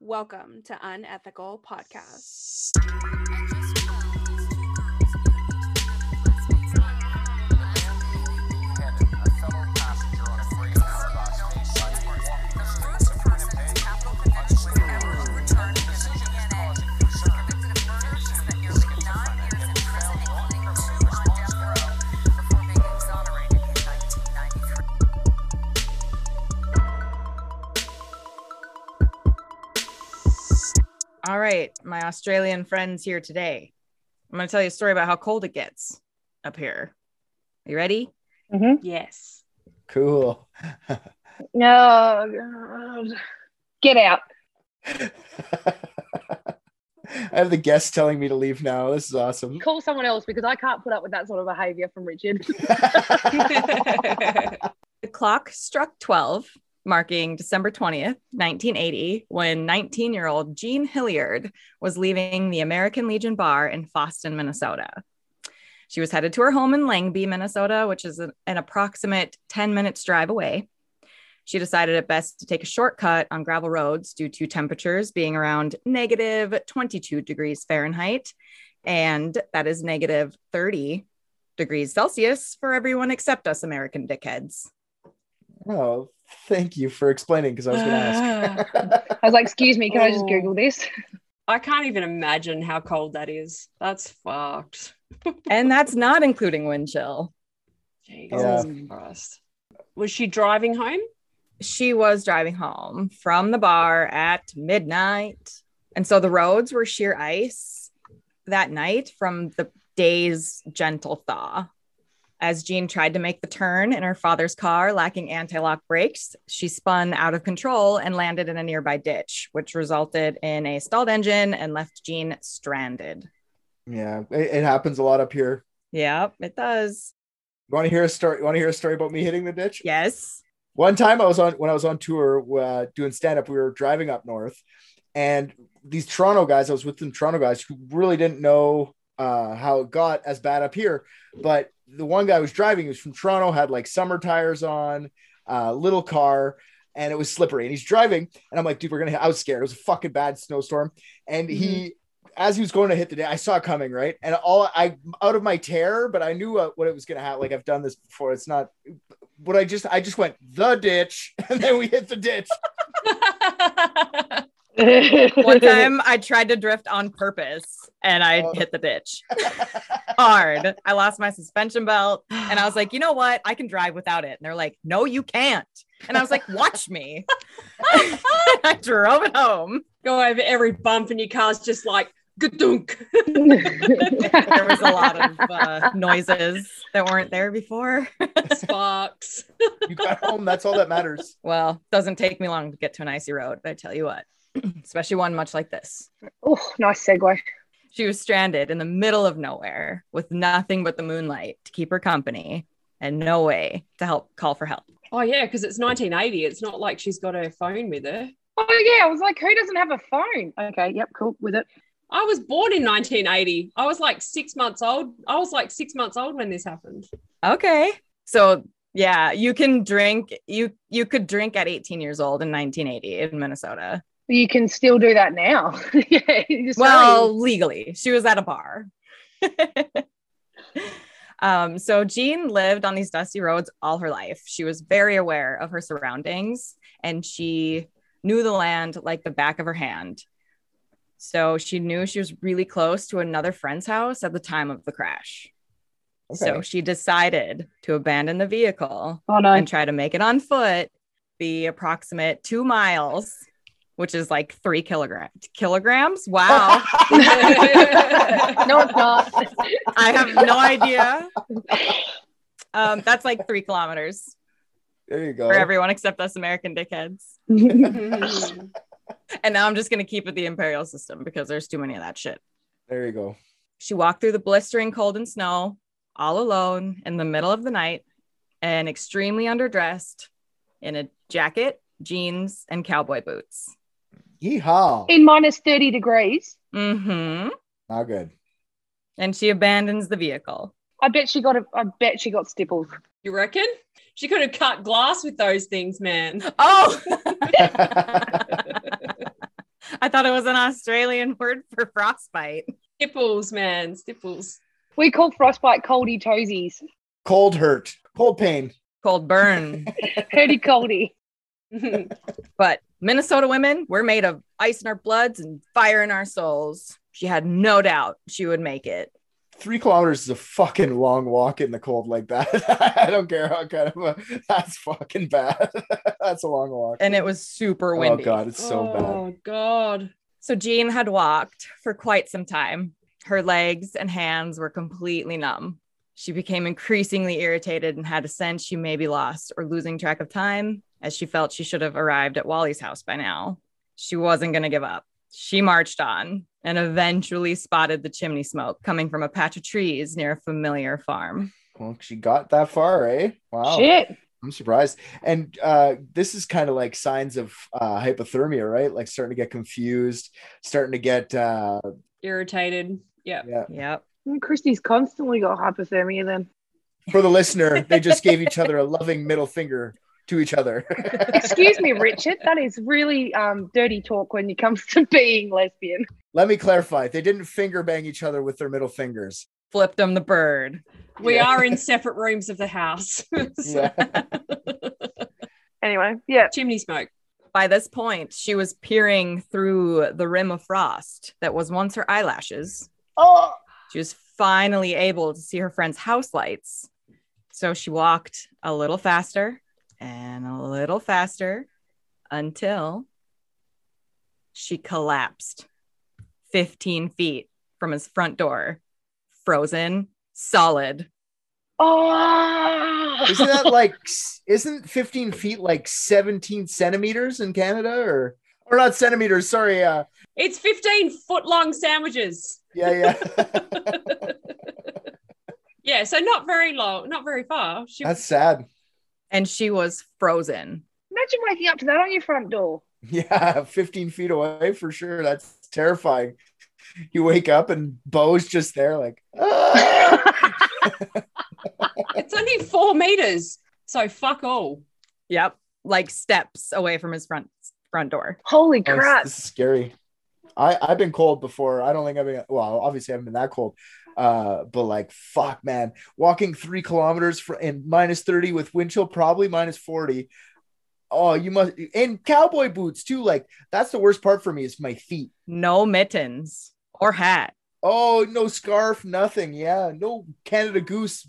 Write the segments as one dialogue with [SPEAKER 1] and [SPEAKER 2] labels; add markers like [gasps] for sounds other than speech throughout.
[SPEAKER 1] Welcome to Unethical Podcast.
[SPEAKER 2] All right, my Australian friends here today. I'm going to tell you a story about how cold it gets up here. You ready?
[SPEAKER 3] [laughs]
[SPEAKER 1] Yes.
[SPEAKER 4] Cool.
[SPEAKER 5] No, Oh, God. get out.
[SPEAKER 4] I have the guests telling me to leave now. This is
[SPEAKER 5] [laughs]
[SPEAKER 4] awesome.
[SPEAKER 5] Call someone else because I can't put up with that sort of behavior from Richard.
[SPEAKER 2] The clock struck 12, marking December 20th, 1980, when 19 year old Jean Hilliard was leaving the American Legion Bar in Boston, Minnesota. She was headed to her home in Langby, Minnesota, which is an, an approximate 10 minutes drive away. She decided it best to take a shortcut on gravel roads due to temperatures being around negative 22 degrees Fahrenheit, and that is negative 30 degrees Celsius for everyone except us American dickheads.
[SPEAKER 4] oh, thank you for explaining because I was going to ask.
[SPEAKER 5] [laughs] I was like, excuse me, can I just
[SPEAKER 3] Oh.
[SPEAKER 5] Google this?
[SPEAKER 3] I can't even imagine how cold that is. That's fucked.
[SPEAKER 2] and that's not including wind chill.
[SPEAKER 3] Jesus Christ. Was she driving home?
[SPEAKER 2] She was driving home from the bar at midnight. And so the roads were sheer ice that night from the day's gentle thaw. As Jean tried to make the turn in her father's car, lacking anti lock brakes, she spun out of control and landed in a nearby ditch, which resulted in a stalled engine and left Jean stranded.
[SPEAKER 4] yeah, it, it happens a lot up here.
[SPEAKER 2] Yep, it does.
[SPEAKER 4] You want to hear a story? You want to hear a story about me hitting the ditch?
[SPEAKER 2] Yes.
[SPEAKER 4] one time I was on when I was on tour uh, doing stand up, we were driving up north, and these Toronto guys, I was with some Toronto guys who really didn't know uh, how it got as bad up here. But the one guy who was driving, he was from Toronto, had like summer tires on, uh, little car, and it was slippery. And he's driving, and I'm like, dude, we're gonna. I was scared. It was a fucking bad snowstorm, and he. As he was going to hit the day, I saw it coming, right? And all I out of my terror, but I knew uh, what it was going to happen. Like I've done this before; it's not what I just I just went the ditch [laughs] and then we hit the ditch. [laughs]
[SPEAKER 5] [laughs]
[SPEAKER 2] One time I tried to drift on purpose and I
[SPEAKER 4] Oh.
[SPEAKER 2] hit the ditch hard. I lost my suspension belt and I was like, you know what? I can drive without it. And they're like, no, you can't. And I was like, watch me. [laughs] I drove it home.
[SPEAKER 3] Go over every bump and your car's just like gadunk. [laughs]
[SPEAKER 2] There was a lot of uh, noises that weren't there before.
[SPEAKER 3] Sparks.
[SPEAKER 4] You got home. That's all that matters.
[SPEAKER 2] Well, doesn't take me long to get to an icy road, but I tell you what, [clears throat] especially one much like this.
[SPEAKER 5] oh, nice segue.
[SPEAKER 2] She was stranded in the middle of nowhere with nothing but the moonlight to keep her company and no way to help call for help.
[SPEAKER 3] Oh yeah, because it's 1980. It's not like she's got her phone with her.
[SPEAKER 5] Oh yeah, I was like, who doesn't have a phone? Okay, yep, cool with it.
[SPEAKER 3] I was born in 1980. I was like six months old. I was like six months old when
[SPEAKER 1] [laughs]
[SPEAKER 3] this happened.
[SPEAKER 2] Okay. So, yeah, you can drink you you could drink at 18 years old in 1980 in Minnesota.
[SPEAKER 5] You can still do that now. [laughs] yeah, you just
[SPEAKER 2] Well, legally. She was at a bar. [laughs] um, so Jean lived on these dusty roads all her life. She was very aware of her surroundings and she knew the land like the back of her hand. So she knew she was really close to another friend's house at the time of the crash. So she decided to abandon the vehicle
[SPEAKER 5] oh no,
[SPEAKER 2] and try to make it on foot the approximate two miles, which is like three kilogram kilograms. Wow.
[SPEAKER 5] [laughs]
[SPEAKER 4] [laughs]
[SPEAKER 5] no, it's not. [laughs]
[SPEAKER 2] I have no idea. Um, that's like three kilometers
[SPEAKER 4] There you go.
[SPEAKER 2] for everyone except us American dickheads. And now I'm just gonna keep it the imperial system because there's too many of that shit.
[SPEAKER 4] There you go.
[SPEAKER 2] She walked through the blistering cold and snow all alone in the middle of the night and extremely underdressed in a jacket, jeans, and cowboy boots.
[SPEAKER 4] Yeehaw.
[SPEAKER 5] In minus thirty degrees.
[SPEAKER 2] Mm-hmm.
[SPEAKER 4] Not good. [laughs]
[SPEAKER 2] And she abandons the vehicle.
[SPEAKER 5] I bet she got a. I bet she got stipples.
[SPEAKER 3] you reckon? She could have cut
[SPEAKER 2] [laughs]
[SPEAKER 3] glass with those things, man.
[SPEAKER 2] Oh,
[SPEAKER 4] I
[SPEAKER 2] I I thought it was an Australian word for frostbite.
[SPEAKER 3] Stipples, man, stipples. [laughs]
[SPEAKER 5] We call frostbite coldy toesies.
[SPEAKER 4] Cold hurt, cold pain.
[SPEAKER 2] Cold [laughs] burn.
[SPEAKER 5] Hurdy coldy.
[SPEAKER 2] but Minnesota women, we're made of ice in our bloods and fire in our souls. She had no doubt she would make it.
[SPEAKER 4] Three kilometers is a fucking long walk in the cold like that. [laughs] I don't care how kind of a, that's fucking bad. [laughs] that's a long walk.
[SPEAKER 2] And it was super
[SPEAKER 4] Oh
[SPEAKER 2] windy.
[SPEAKER 4] god, it's so bad.
[SPEAKER 3] Oh god.
[SPEAKER 2] So Jean had walked for quite some time. Her legs and hands were completely numb. She became increasingly irritated and had a sense she may be lost or losing track of time, as she felt she should have arrived at Wally's house by now. She wasn't going to give up. She marched on and eventually spotted the chimney smoke coming from a patch of trees near a familiar farm.
[SPEAKER 4] Well, she got that far, eh?
[SPEAKER 2] Oh.
[SPEAKER 4] Wow.
[SPEAKER 5] Shit.
[SPEAKER 4] I'm surprised. And uh, this is kind of like signs of uh, hypothermia, right? Like starting to get confused, starting to get uh,
[SPEAKER 3] Irritated. Yeah.
[SPEAKER 4] yeah.
[SPEAKER 2] Yep.
[SPEAKER 5] Mm, Christy's constantly got hypothermia then.
[SPEAKER 4] For the listener, they just gave each other a loving middle finger to each other. [laughs]
[SPEAKER 5] Excuse me, Richard. That is really um, dirty talk when it comes to [laughs] being lesbian.
[SPEAKER 4] Let me clarify: they didn't finger bang each other with their middle fingers.
[SPEAKER 2] Flipped him the bird.
[SPEAKER 3] We
[SPEAKER 4] Yeah.
[SPEAKER 3] are in separate rooms of the house. [laughs] So-
[SPEAKER 4] Yeah.
[SPEAKER 5] Anyway, yeah.
[SPEAKER 3] Chimney smoke.
[SPEAKER 2] By this point, she was peering through the rim of frost that was once her eyelashes
[SPEAKER 4] Oh,
[SPEAKER 2] She was finally able to see her friend's house lights. So she walked a little faster and a little faster until she collapsed 15 feet from his front door, frozen, solid.
[SPEAKER 5] Oh,
[SPEAKER 4] isn't that like? s- Isn't 15 feet like 17 centimeters in Canada, or or not centimeters? Sorry. Uh,
[SPEAKER 3] It's 15 foot long sandwiches.
[SPEAKER 4] yeah, yeah. [laughs]
[SPEAKER 3] Yeah, so not very long, not very far. She,
[SPEAKER 4] That's sad.
[SPEAKER 2] And she was frozen.
[SPEAKER 5] imagine waking up to that on your front door.
[SPEAKER 4] [laughs] Yeah, 15 feet away for sure. That's terrifying. You wake up and Bo's just there, like, "Ah."
[SPEAKER 3] [laughs] it's only four meters. So fuck all.
[SPEAKER 2] Yep. Like steps away from his front front door.
[SPEAKER 5] Holy
[SPEAKER 4] Oh, this-
[SPEAKER 5] crap.
[SPEAKER 4] this is scary. I, I've been cold before. I don't think I've been, well, obviously I haven't been that cold. Uh, but like, fuck, man, walking three kilometers for, in minus 30 with wind chill, probably minus 40. Oh, you must, and cowboy boots too. Like, that's the worst part for me is my feet.
[SPEAKER 2] No mittens or hat.
[SPEAKER 4] Oh, no scarf, nothing. Yeah, no Canada Goose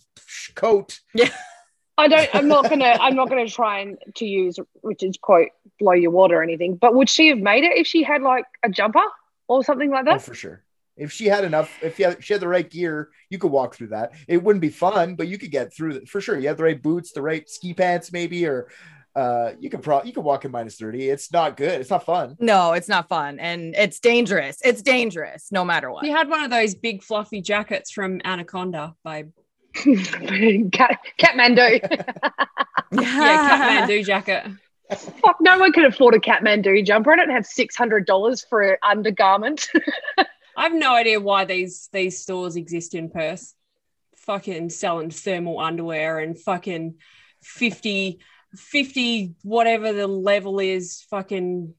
[SPEAKER 4] coat.
[SPEAKER 5] I don't I'm not gonna I'm not gonna try and to use Richard's quote, blow your water or anything, but would she have made it if she had like a jumper or something like
[SPEAKER 4] Oh,
[SPEAKER 5] that? [laughs]
[SPEAKER 4] for sure. If she had enough, if you had, she had the right gear, you could walk through that. It wouldn't be fun, but you could get through it for sure. You had the right boots, the right ski pants, maybe, or uh, you could probably you could walk in minus thirty. It's not good. It's not fun.
[SPEAKER 2] No, it's not fun. And it's dangerous. It's dangerous no matter what.
[SPEAKER 3] She
[SPEAKER 2] [laughs]
[SPEAKER 3] had one of those big fluffy jackets from Anaconda, babe.
[SPEAKER 5] Cat Catmandu.
[SPEAKER 4] [laughs]
[SPEAKER 3] Yeah, Kathmandu jacket.
[SPEAKER 5] Fuck, no one could afford a Catmandu jumper. I don't have six hundred dollars for an undergarment.
[SPEAKER 3] I have no idea why these these stores exist in Perth. Fucking selling thermal underwear and fucking 50, 50, whatever the level is. Fucking,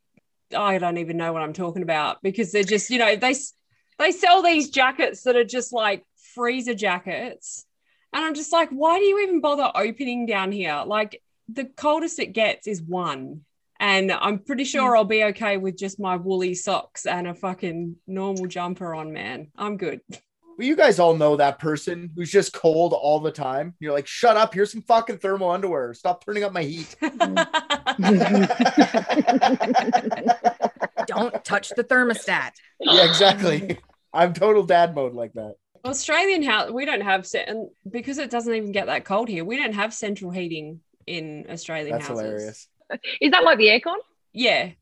[SPEAKER 3] I don't even know what I'm talking about because they're just, you know, they s- they sell these jackets that are just like freezer jackets, and I'm just like, why do you even bother opening down here? Like the coldest it gets is one. And I'm pretty sure I'll be okay with just my woolly socks and a fucking normal jumper on, man. I'm good.
[SPEAKER 4] Well, you guys all know that person who's just cold all the time. You're like, shut up. Here's some fucking thermal underwear. Stop turning up my heat. [laughs]
[SPEAKER 2] Mm. [laughs]
[SPEAKER 4] yeah,
[SPEAKER 2] don't touch the thermostat.
[SPEAKER 4] exactly. I'm total dad mode like that.
[SPEAKER 3] [laughs] Australian house, we don't have, se- and because it doesn't even get that cold here, we don't have central heating in Australian
[SPEAKER 4] That's
[SPEAKER 3] houses.
[SPEAKER 4] hilarious.
[SPEAKER 5] Is that like the aircon?
[SPEAKER 3] Yeah.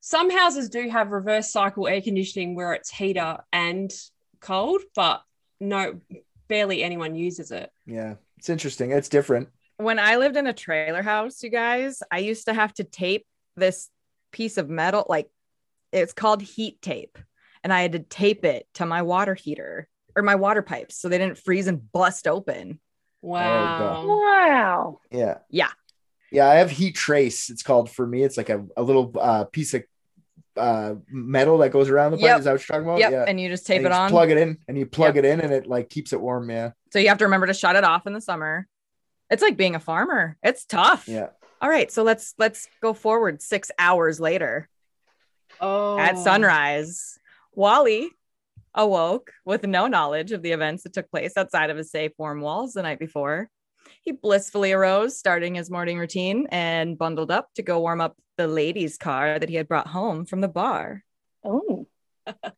[SPEAKER 3] Some houses do have reverse cycle air conditioning where it's heater and cold, but no, barely anyone uses it.
[SPEAKER 4] Yeah, it's interesting. It's different.
[SPEAKER 2] When I lived in a trailer house, you guys, I used to have to tape this piece of metal, like it's called heat tape. And I had to tape it to my water heater or my water pipes so they didn't freeze and bust open.
[SPEAKER 4] Oh,
[SPEAKER 2] Um,
[SPEAKER 3] Wow. [laughs]
[SPEAKER 5] Wow.
[SPEAKER 4] Yeah.
[SPEAKER 2] Yeah.
[SPEAKER 4] Yeah, I have heat trace. It's called for me. It's like a, a little uh, piece of uh, metal that goes around the pipe.
[SPEAKER 2] Yep.
[SPEAKER 4] Is that what you're talking about?
[SPEAKER 2] Yep.
[SPEAKER 4] Oh, Yeah.
[SPEAKER 2] And you just tape
[SPEAKER 4] And you
[SPEAKER 2] it
[SPEAKER 4] just
[SPEAKER 2] on.
[SPEAKER 4] Plug it in, and you plug it in, and it like keeps it warm. Yeah.
[SPEAKER 2] So you have to remember to shut it off in the summer. It's like being a farmer. It's tough.
[SPEAKER 4] Yeah.
[SPEAKER 2] All right. So let's let's go forward six hours later
[SPEAKER 3] Oh.
[SPEAKER 2] at sunrise. Wally awoke with no knowledge of the events that took place outside of his safe warm walls the night before. He blissfully arose, starting his morning routine, and bundled up to go warm up the ladies' car that he had brought home from the bar.
[SPEAKER 5] Oh,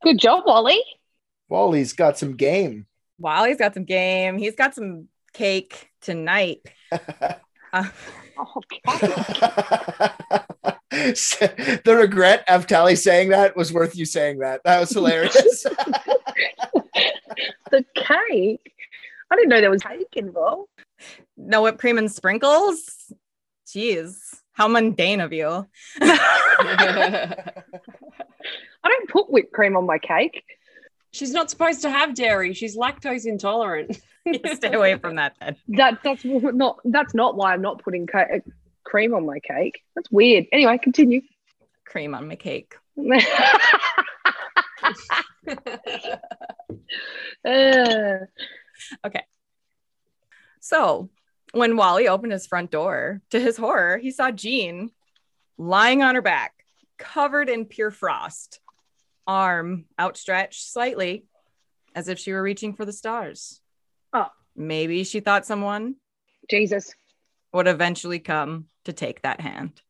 [SPEAKER 5] good job, Wally.
[SPEAKER 4] Wally's got some game. [laughs]
[SPEAKER 2] Wally's got some game. He's got some cake tonight. Uh, [laughs]
[SPEAKER 5] Oh, Okay.
[SPEAKER 4] the regret of Tally saying that was worth you saying that. That
[SPEAKER 2] [laughs]
[SPEAKER 4] was hilarious.
[SPEAKER 5] the cake. I didn't know there was cake involved.
[SPEAKER 2] no whipped cream and sprinkles. Jeez, how mundane of you. [laughs]
[SPEAKER 5] I don't put whipped cream on my cake.
[SPEAKER 3] She's not supposed to have dairy. She's lactose intolerant.
[SPEAKER 2] Stay away from that then.
[SPEAKER 5] That that's not that's not why I'm not putting ca- uh, cream on my cake. That's weird. Anyway,
[SPEAKER 2] [laughs]
[SPEAKER 5] continue. [laughs]
[SPEAKER 2] Cream on my cake.
[SPEAKER 5] Uh,
[SPEAKER 2] So when Wally opened his front door, to his horror, he saw Jean lying on her back, covered in pure frost, arm outstretched slightly as if she were reaching for the stars.
[SPEAKER 5] Oh.
[SPEAKER 2] Maybe she thought someone
[SPEAKER 5] Jesus.
[SPEAKER 2] would eventually come to take that hand.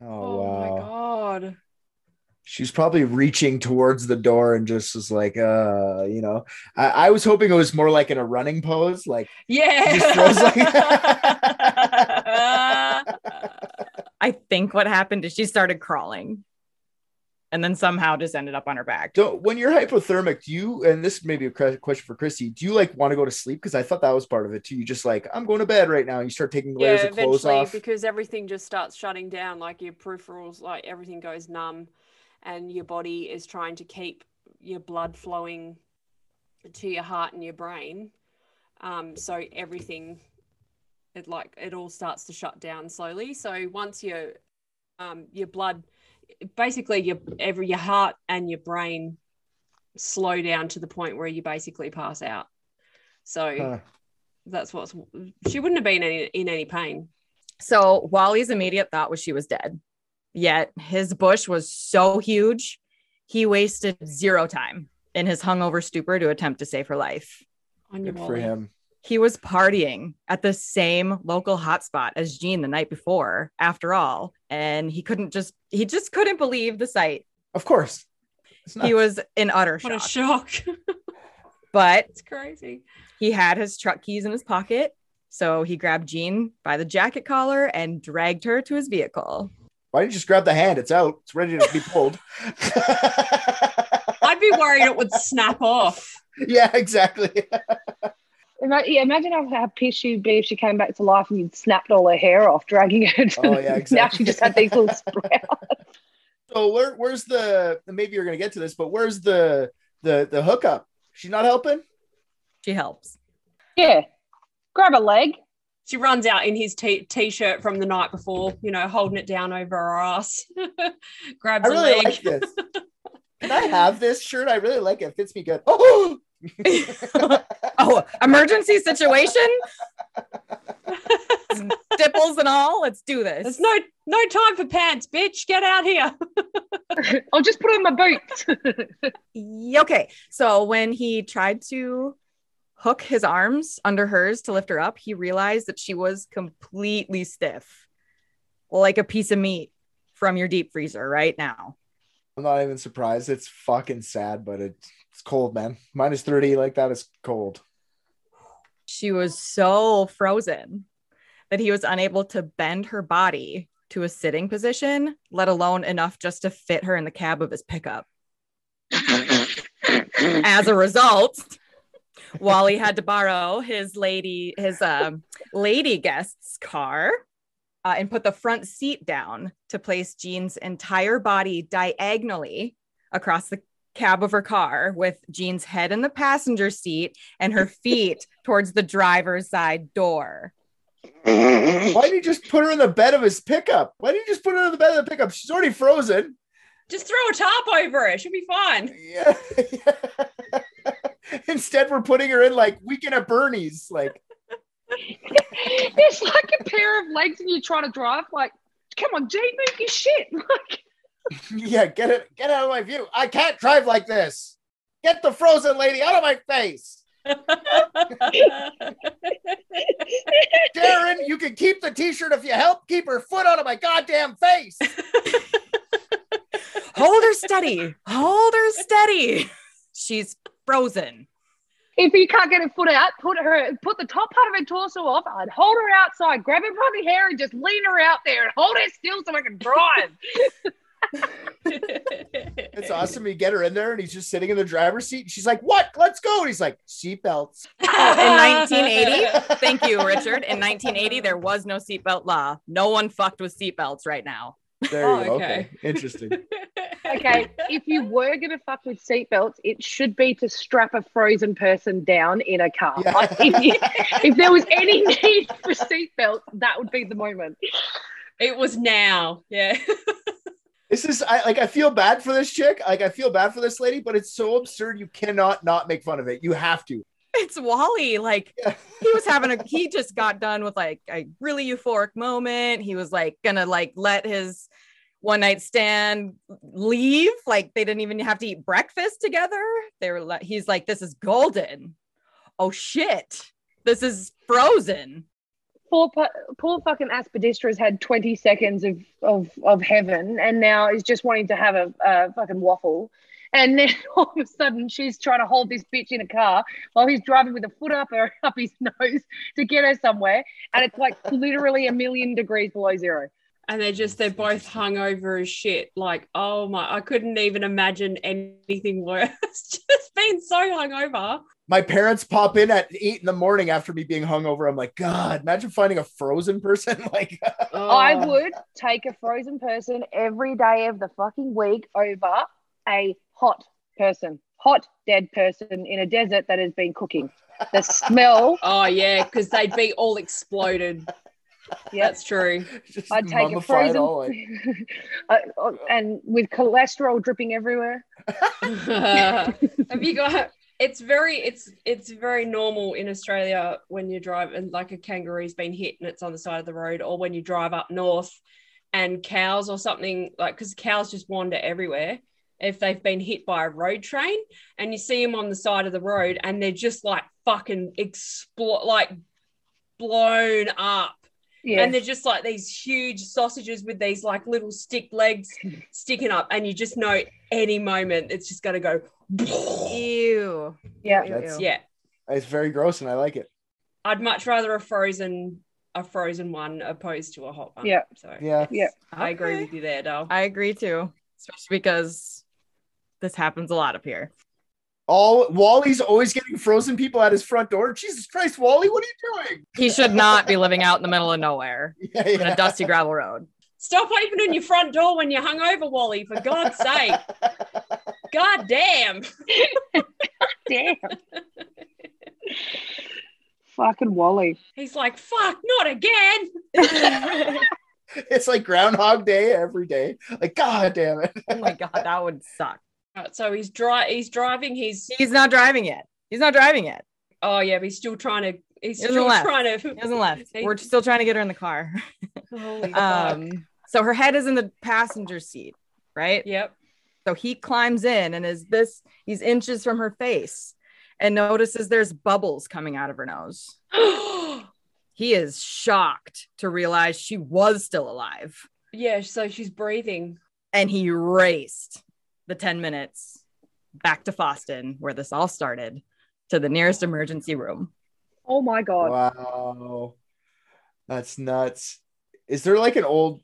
[SPEAKER 4] oh,
[SPEAKER 3] Oh,
[SPEAKER 4] wow.
[SPEAKER 3] my god.
[SPEAKER 4] She's probably reaching towards the door and just was like, uh, you know, I, I was hoping it was more like in a running pose, like
[SPEAKER 3] Yeah.
[SPEAKER 4] Just
[SPEAKER 3] [laughs]
[SPEAKER 4] throws [laughs]
[SPEAKER 2] I think what happened is she started crawling and then somehow just ended up on her back.
[SPEAKER 4] don't when you're hypothermic, do you and this may be a cre- question for Christy, do you like want to go to sleep? Because I thought that was part of it too. You just like, I'm going to bed right now. You start taking layers
[SPEAKER 3] yeah,
[SPEAKER 4] of clothes
[SPEAKER 3] eventually,
[SPEAKER 4] off.
[SPEAKER 3] because everything just starts shutting down, like your peripherals, like everything goes numb, and your body is trying to keep your blood flowing to your heart and your brain. Um, so everything, it like it all starts to shut down slowly. So once your um, your blood, basically your every your heart and your brain slow down to the point where you basically pass out. So
[SPEAKER 4] Huh.
[SPEAKER 3] that's what's she wouldn't have been any, in any pain.
[SPEAKER 2] So Wally's immediate thought was she was dead. Yet his bush was so huge, he wasted zero time in his hungover stupor to attempt to save her life.
[SPEAKER 3] On your
[SPEAKER 4] Good for him.
[SPEAKER 2] He was partying at the same local hotspot as Jean the night before, after all, and he couldn't just he just couldn't believe the sight.
[SPEAKER 4] Of course. It's
[SPEAKER 2] He
[SPEAKER 4] nuts.
[SPEAKER 2] was in utter
[SPEAKER 3] What a
[SPEAKER 2] shock.
[SPEAKER 3] shock! [laughs]
[SPEAKER 2] but
[SPEAKER 3] it's crazy.
[SPEAKER 2] he had his truck keys in his pocket, so he grabbed Jean by the jacket collar and dragged her to his vehicle.
[SPEAKER 4] Why didn't you just grab the hand? It's out. It's ready to be pulled. [laughs]
[SPEAKER 3] I'd be worried it would snap off.
[SPEAKER 4] yeah, exactly. [laughs]
[SPEAKER 5] Ima- yeah, Imagine how, how pissed she'd be if she came back to life and you'd snapped all her hair off, dragging her. To
[SPEAKER 4] Oh,
[SPEAKER 5] [laughs]
[SPEAKER 4] yeah,
[SPEAKER 5] Now
[SPEAKER 4] exactly.
[SPEAKER 5] she just had these little
[SPEAKER 4] [laughs]
[SPEAKER 5] sprouts.
[SPEAKER 4] So where, where's the? Maybe you're gonna get to this, but where's the the the hookup? She's not helping.
[SPEAKER 2] She helps.
[SPEAKER 5] yeah. Grab a leg. [laughs]
[SPEAKER 3] She runs out in his t- t-shirt from the night before, you know, holding it down over her ass, [laughs] grabs
[SPEAKER 4] I really
[SPEAKER 3] a leg.
[SPEAKER 4] like this. Can I have this shirt? I really like it. It fits me good. Oh,
[SPEAKER 2] oh, emergency [laughs] situation. Dipples and all. Let's do
[SPEAKER 3] There's
[SPEAKER 2] this.
[SPEAKER 3] no no time for pants, bitch. Get out here. [laughs]
[SPEAKER 5] I'll just put on my boots. [laughs]
[SPEAKER 2] Y- Okay. So when he tried to hook his arms under hers to lift her up, he realized that she was completely stiff, like a piece of meat from your deep freezer right now.
[SPEAKER 4] I'm not even surprised. It's fucking sad, but it's it's cold, man. Minus thirty like that is cold.
[SPEAKER 2] She was so frozen that he was unable to bend her body to a sitting position, let alone enough just to fit her in the cab of his pickup. As a result, Wally had to borrow his lady his um, lady guest's car uh, and put the front seat down to place Jean's entire body diagonally across the cab of her car with Jean's head in the passenger seat and her feet [laughs] towards the driver's side door.
[SPEAKER 4] Why did you just put her in the bed of his pickup? Why did you just put her in the bed of the pickup? She's already frozen.
[SPEAKER 3] Just throw a tarp over it. She'll be fine.
[SPEAKER 4] Yeah. [laughs] Instead, we're putting her in like weekend at Bernie's. Like,
[SPEAKER 5] There's like a pair of legs and you're trying to drive. Like, come on, Gene, move your shit. [laughs] Like,
[SPEAKER 4] yeah, get it, get out of my view. I can't drive like this. Get the frozen lady out of my face. Darren, you can keep the t-shirt if you help keep her foot out of my goddamn face.
[SPEAKER 2] Hold her steady. Hold her steady. She's frozen.
[SPEAKER 5] if you can't get her foot out, put her, put the top part of her torso off. I'd hold her outside, grab her by the hair, and just lean her out there and hold her still so I can drive.
[SPEAKER 4] It's awesome. You get her in there and he's just sitting in the driver's seat. She's like, what? Let's go. And he's like, seatbelts.
[SPEAKER 3] [laughs]
[SPEAKER 2] in 1980? Thank you, Richard. In 1980, there was no seatbelt law. No one fucked with seatbelts right now.
[SPEAKER 4] There
[SPEAKER 3] Oh,
[SPEAKER 4] you go. Okay.
[SPEAKER 3] okay.
[SPEAKER 4] [laughs] Interesting.
[SPEAKER 5] [laughs] Okay, if you were gonna fuck with seatbelts, it should be to strap a frozen person down in a car.
[SPEAKER 4] Yeah. [laughs]
[SPEAKER 5] Like, if, you- if there was any need for seatbelts, that would be the moment.
[SPEAKER 3] It was now. Yeah.
[SPEAKER 4] This is I like I feel bad for this chick. Like I feel bad for this lady, but it's so absurd you cannot not make fun of it. You have to.
[SPEAKER 2] It's Wally. Like
[SPEAKER 4] [laughs] Yeah.
[SPEAKER 2] he was having a he just got done with like a really euphoric moment. He was like gonna like let his one night stand leave. Like they didn't even have to eat breakfast together. They were like, he's like, this is golden. Oh shit. This is frozen.
[SPEAKER 5] Poor, pu- poor fucking Aspidistras had twenty seconds of of, of heaven, and now is just wanting to have a, a fucking waffle. And then [laughs] all of a sudden, she's trying to hold this bitch in a car while he's driving with a foot up her [laughs] up his nose to get her somewhere, and it's like literally a million degrees below zero.
[SPEAKER 3] and they're just they're both hungover as shit. Like, oh my, I couldn't even imagine anything worse. [laughs] just being so hungover.
[SPEAKER 4] My parents pop in at eight in the morning after me being hungover. I'm like, God, imagine finding a frozen person. [laughs] Like
[SPEAKER 3] Oh.
[SPEAKER 5] I would take a frozen person every day of the fucking week over a hot person, hot dead person in a desert that has been cooking.
[SPEAKER 3] [laughs]
[SPEAKER 5] The smell,
[SPEAKER 3] Oh yeah, because they'd be all exploded.
[SPEAKER 5] yes,
[SPEAKER 3] That's true.
[SPEAKER 4] just
[SPEAKER 5] I'd take a
[SPEAKER 4] mummified
[SPEAKER 5] frozen [laughs]
[SPEAKER 4] all, like-
[SPEAKER 5] Uh, uh, and with cholesterol dripping everywhere.
[SPEAKER 3] Have you got? It's very, it's it's very normal in Australia when you drive and like a kangaroo's been hit and it's on the side of the road, or when you drive up north and cows or something like because cows just wander everywhere if they've been hit by a road train and you see them on the side of the road and they're just like fucking explode like blown up
[SPEAKER 5] Yeah.
[SPEAKER 3] and they're just like these huge sausages with these like little stick legs sticking up, and you just know any moment it's just gonna go.
[SPEAKER 2] Ew.
[SPEAKER 3] [laughs]
[SPEAKER 5] yeah.
[SPEAKER 4] That's-
[SPEAKER 3] Yeah,
[SPEAKER 4] It's very gross and I like it.
[SPEAKER 3] I'd much rather a frozen a frozen one opposed to a hot one.
[SPEAKER 5] Yeah.
[SPEAKER 3] so
[SPEAKER 4] Yeah.
[SPEAKER 5] Yeah.
[SPEAKER 3] I agree
[SPEAKER 2] Okay.
[SPEAKER 3] with you there, Dal.
[SPEAKER 2] I agree too, especially because this happens a lot up here.
[SPEAKER 4] All Wally's always getting frozen people at his front door. Jesus Christ, Wally, what are you
[SPEAKER 2] He should not be living out in the middle of nowhere
[SPEAKER 4] doing? [laughs] Yeah,
[SPEAKER 2] on a dusty gravel
[SPEAKER 4] [laughs]
[SPEAKER 2] road.
[SPEAKER 3] Stop opening your front door when you're hungover, Wally. For God's sake, God damn.
[SPEAKER 5] Damn. Fucking Wally.
[SPEAKER 3] He's like, fuck, not again.
[SPEAKER 4] [laughs] It's like Groundhog Day every day. Like, God damn it.
[SPEAKER 2] Oh my god, that would suck.
[SPEAKER 3] Right, So he's dry. He's driving. He's
[SPEAKER 2] He's not driving yet. He's not driving yet.
[SPEAKER 3] oh yeah, but he's still trying to. He's
[SPEAKER 2] He hasn't
[SPEAKER 3] still
[SPEAKER 2] left.
[SPEAKER 3] trying to.
[SPEAKER 2] He
[SPEAKER 3] [laughs]
[SPEAKER 2] hasn't left. We're still trying to get her in the car.
[SPEAKER 3] Holy fuck.
[SPEAKER 2] Um, so her head is in the passenger seat, right?
[SPEAKER 3] Yep. [gasps]
[SPEAKER 2] So he climbs in and is this, he's inches from her face and notices there's bubbles coming out of her nose. He is shocked to realize she was still alive.
[SPEAKER 3] yeah, so she's breathing.
[SPEAKER 2] and he raced the 10 minutes back to Foston, where this all started, to the nearest emergency room.
[SPEAKER 5] Oh my God.
[SPEAKER 4] Wow. That's nuts. Is there like an old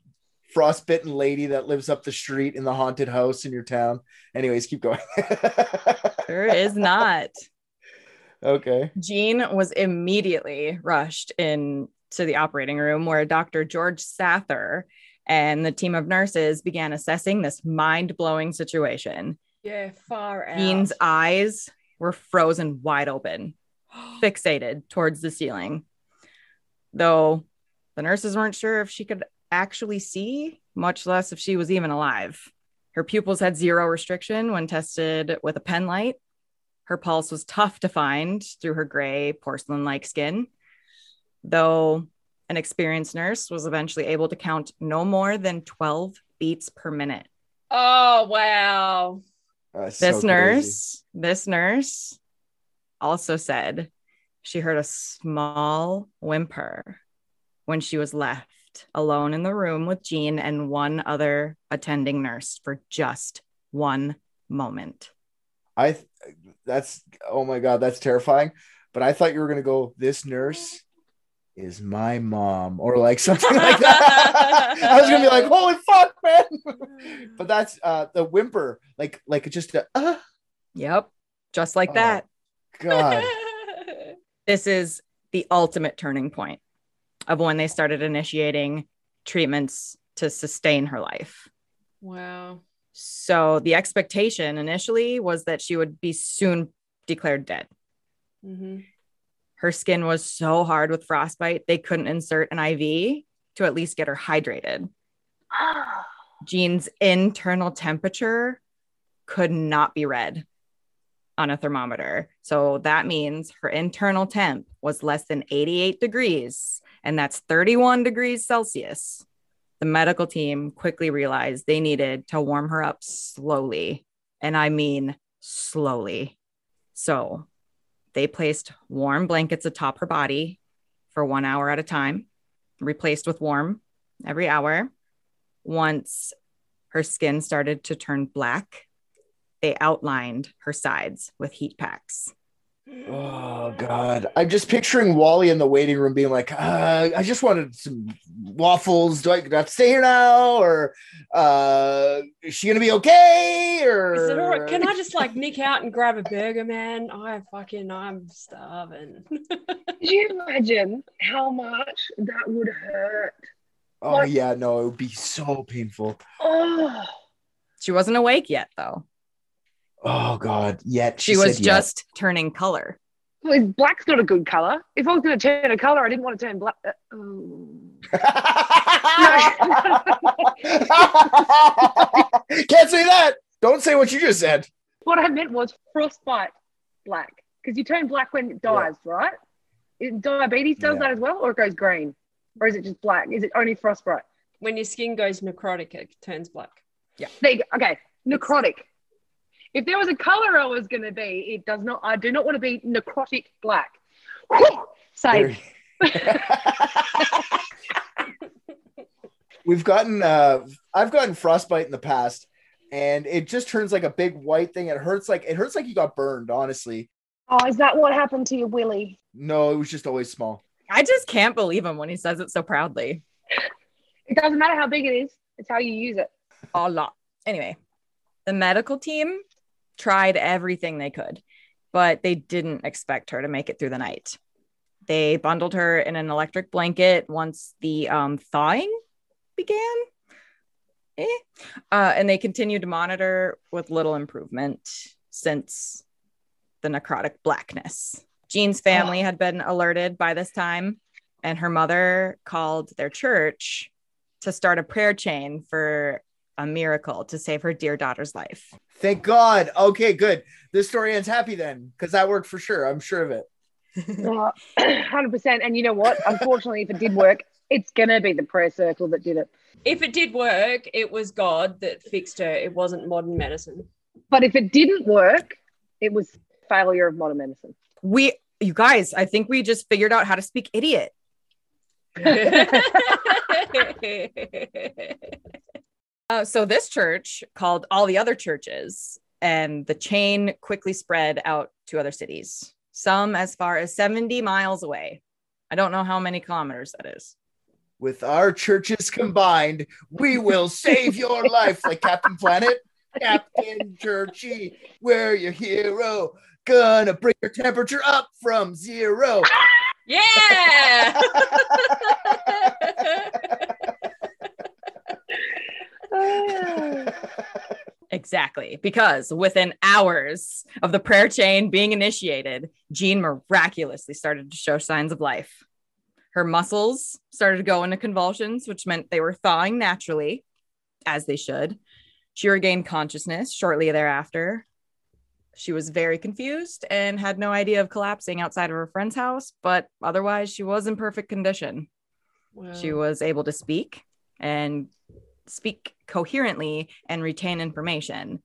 [SPEAKER 4] frostbitten lady that lives up the street in the haunted house in your town? Anyways, keep going. [laughs]
[SPEAKER 2] There is not.
[SPEAKER 4] okay.
[SPEAKER 2] Jean was immediately rushed in to the operating room where Dr. George Sather and the team of nurses began assessing this mind-blowing situation.
[SPEAKER 3] Yeah, far out.
[SPEAKER 2] Jean's eyes were frozen wide open. fixated towards the ceiling. Though the nurses weren't sure if she could actually see, much less if she was even alive. Her pupils had zero restriction when tested with a pen light. Her pulse was tough to find through her gray, porcelain like skin, though an experienced nurse was eventually able to count no more than 12 beats per minute.
[SPEAKER 3] [gasps] Oh wow.
[SPEAKER 4] Uh, it's
[SPEAKER 2] This
[SPEAKER 4] so crazy.
[SPEAKER 2] nurse, this nurse also said she heard a small whimper when she was left alone in the room with Jean and one other attending nurse for just one moment.
[SPEAKER 4] I th- that's oh my god, that's terrifying. But I thought you were gonna go, this nurse is my mom, or like [laughs] something like that. [laughs] I was gonna be like, holy fuck, man.
[SPEAKER 3] [laughs]
[SPEAKER 4] but that's uh the whimper, like like just a uh,
[SPEAKER 2] Yep. Just like
[SPEAKER 4] Oh.
[SPEAKER 2] that.
[SPEAKER 3] [laughs]
[SPEAKER 4] god.
[SPEAKER 2] This is the ultimate turning point of when they started initiating treatments to sustain her life.
[SPEAKER 3] wow.
[SPEAKER 2] So the expectation initially was that she would be soon declared dead.
[SPEAKER 3] Mm-hmm.
[SPEAKER 2] Her skin was so hard with frostbite, they couldn't insert an IV to at least get her hydrated.
[SPEAKER 5] Ah,
[SPEAKER 2] Jean's internal temperature could not be read on a thermometer. So that means her internal temp was less than 88 degrees, and that's 31 degrees Celsius. The medical team quickly realized they needed to warm her up slowly, and I mean slowly. So they placed warm blankets atop her body for one hour at a time, replaced with warm every hour once her skin started to turn black, they outlined her sides with heat packs.
[SPEAKER 4] Oh god. I'm just picturing Wally in the waiting room being like, uh, I just wanted some waffles. Do I do I have to stay here now? Or uh is she gonna be okay? Or
[SPEAKER 3] Is it all right? Can I just like nick out and grab a burger, man? I fucking I'm starving. [laughs]
[SPEAKER 5] Could you imagine how much that would hurt?
[SPEAKER 4] Oh yeah, no, it would be so painful.
[SPEAKER 5] Oh,
[SPEAKER 2] She wasn't awake yet, though.
[SPEAKER 4] Oh god, yet
[SPEAKER 2] She,
[SPEAKER 4] said
[SPEAKER 2] was
[SPEAKER 4] yet. [laughs]
[SPEAKER 2] just turning color.
[SPEAKER 5] well, black's not a good color. If I was going to turn a color, I didn't want to turn black. Uh, oh.
[SPEAKER 4] Can't say that. Don't say what you just said.
[SPEAKER 5] What I meant was frostbite black, because you turn black when it dies, right? It, diabetes does
[SPEAKER 4] Yeah.
[SPEAKER 5] that as well, or it goes green, or is it just black? Is it only frostbite?
[SPEAKER 3] when your skin goes necrotic, it turns black.
[SPEAKER 5] There you go. Okay, necrotic. If there was a color I was going to be, it does not. I do not want to be necrotic black. Save.
[SPEAKER 4] [laughs] We've gotten uh I've gotten frostbite in the past and it just turns like a big white thing. It hurts like it hurts like you got burned, honestly.
[SPEAKER 5] Oh, is that what happened to your Willy?
[SPEAKER 4] No, it was just always small.
[SPEAKER 2] I just can't believe him when he says it so proudly.
[SPEAKER 5] It doesn't matter how big it is. It's how you use it.
[SPEAKER 2] A lot. Anyway, the medical team tried everything they could, but they didn't expect her to make it through the night. They bundled her in an electric blanket once the um, thawing began. Eh. Uh, and they continued to monitor with little improvement since the necrotic blackness. Jean's family had been alerted by this time, and her mother called their church to start a prayer chain for a miracle to save her dear daughter's life.
[SPEAKER 4] Thank God. Okay, good. This story ends happy then, because that worked for sure. I'm sure of it.
[SPEAKER 5] Hundred percent. And you know what? Unfortunately, if it did work, it's gonna be the prayer circle that did it.
[SPEAKER 3] If it did work, it was God that fixed her. It wasn't modern
[SPEAKER 4] [laughs]
[SPEAKER 3] medicine. [laughs]
[SPEAKER 5] But if it didn't work, it was failure of modern medicine.
[SPEAKER 2] we, you guys, I think we just figured out how to speak idiot. Uh, so this church called all the other churches, and the chain quickly spread out to other cities, some as far as 70 miles away. I don't know how many kilometers that is.
[SPEAKER 4] With our churches combined, we will save your life, like Captain Planet. Captain Churchy, we're your hero. Gonna bring your temperature up from zero.
[SPEAKER 3] yeah. [laughs]
[SPEAKER 2] Exactly. Because within hours of the prayer chain being initiated, Jean miraculously started to show signs of life. Her muscles started to go into convulsions, which meant they were thawing naturally, as they should. She regained consciousness shortly thereafter. She was very confused and had no idea of collapsing outside of her friend's house, but otherwise, she was in perfect condition.
[SPEAKER 3] Wow.
[SPEAKER 2] She was able to speak and speak coherently and retain information.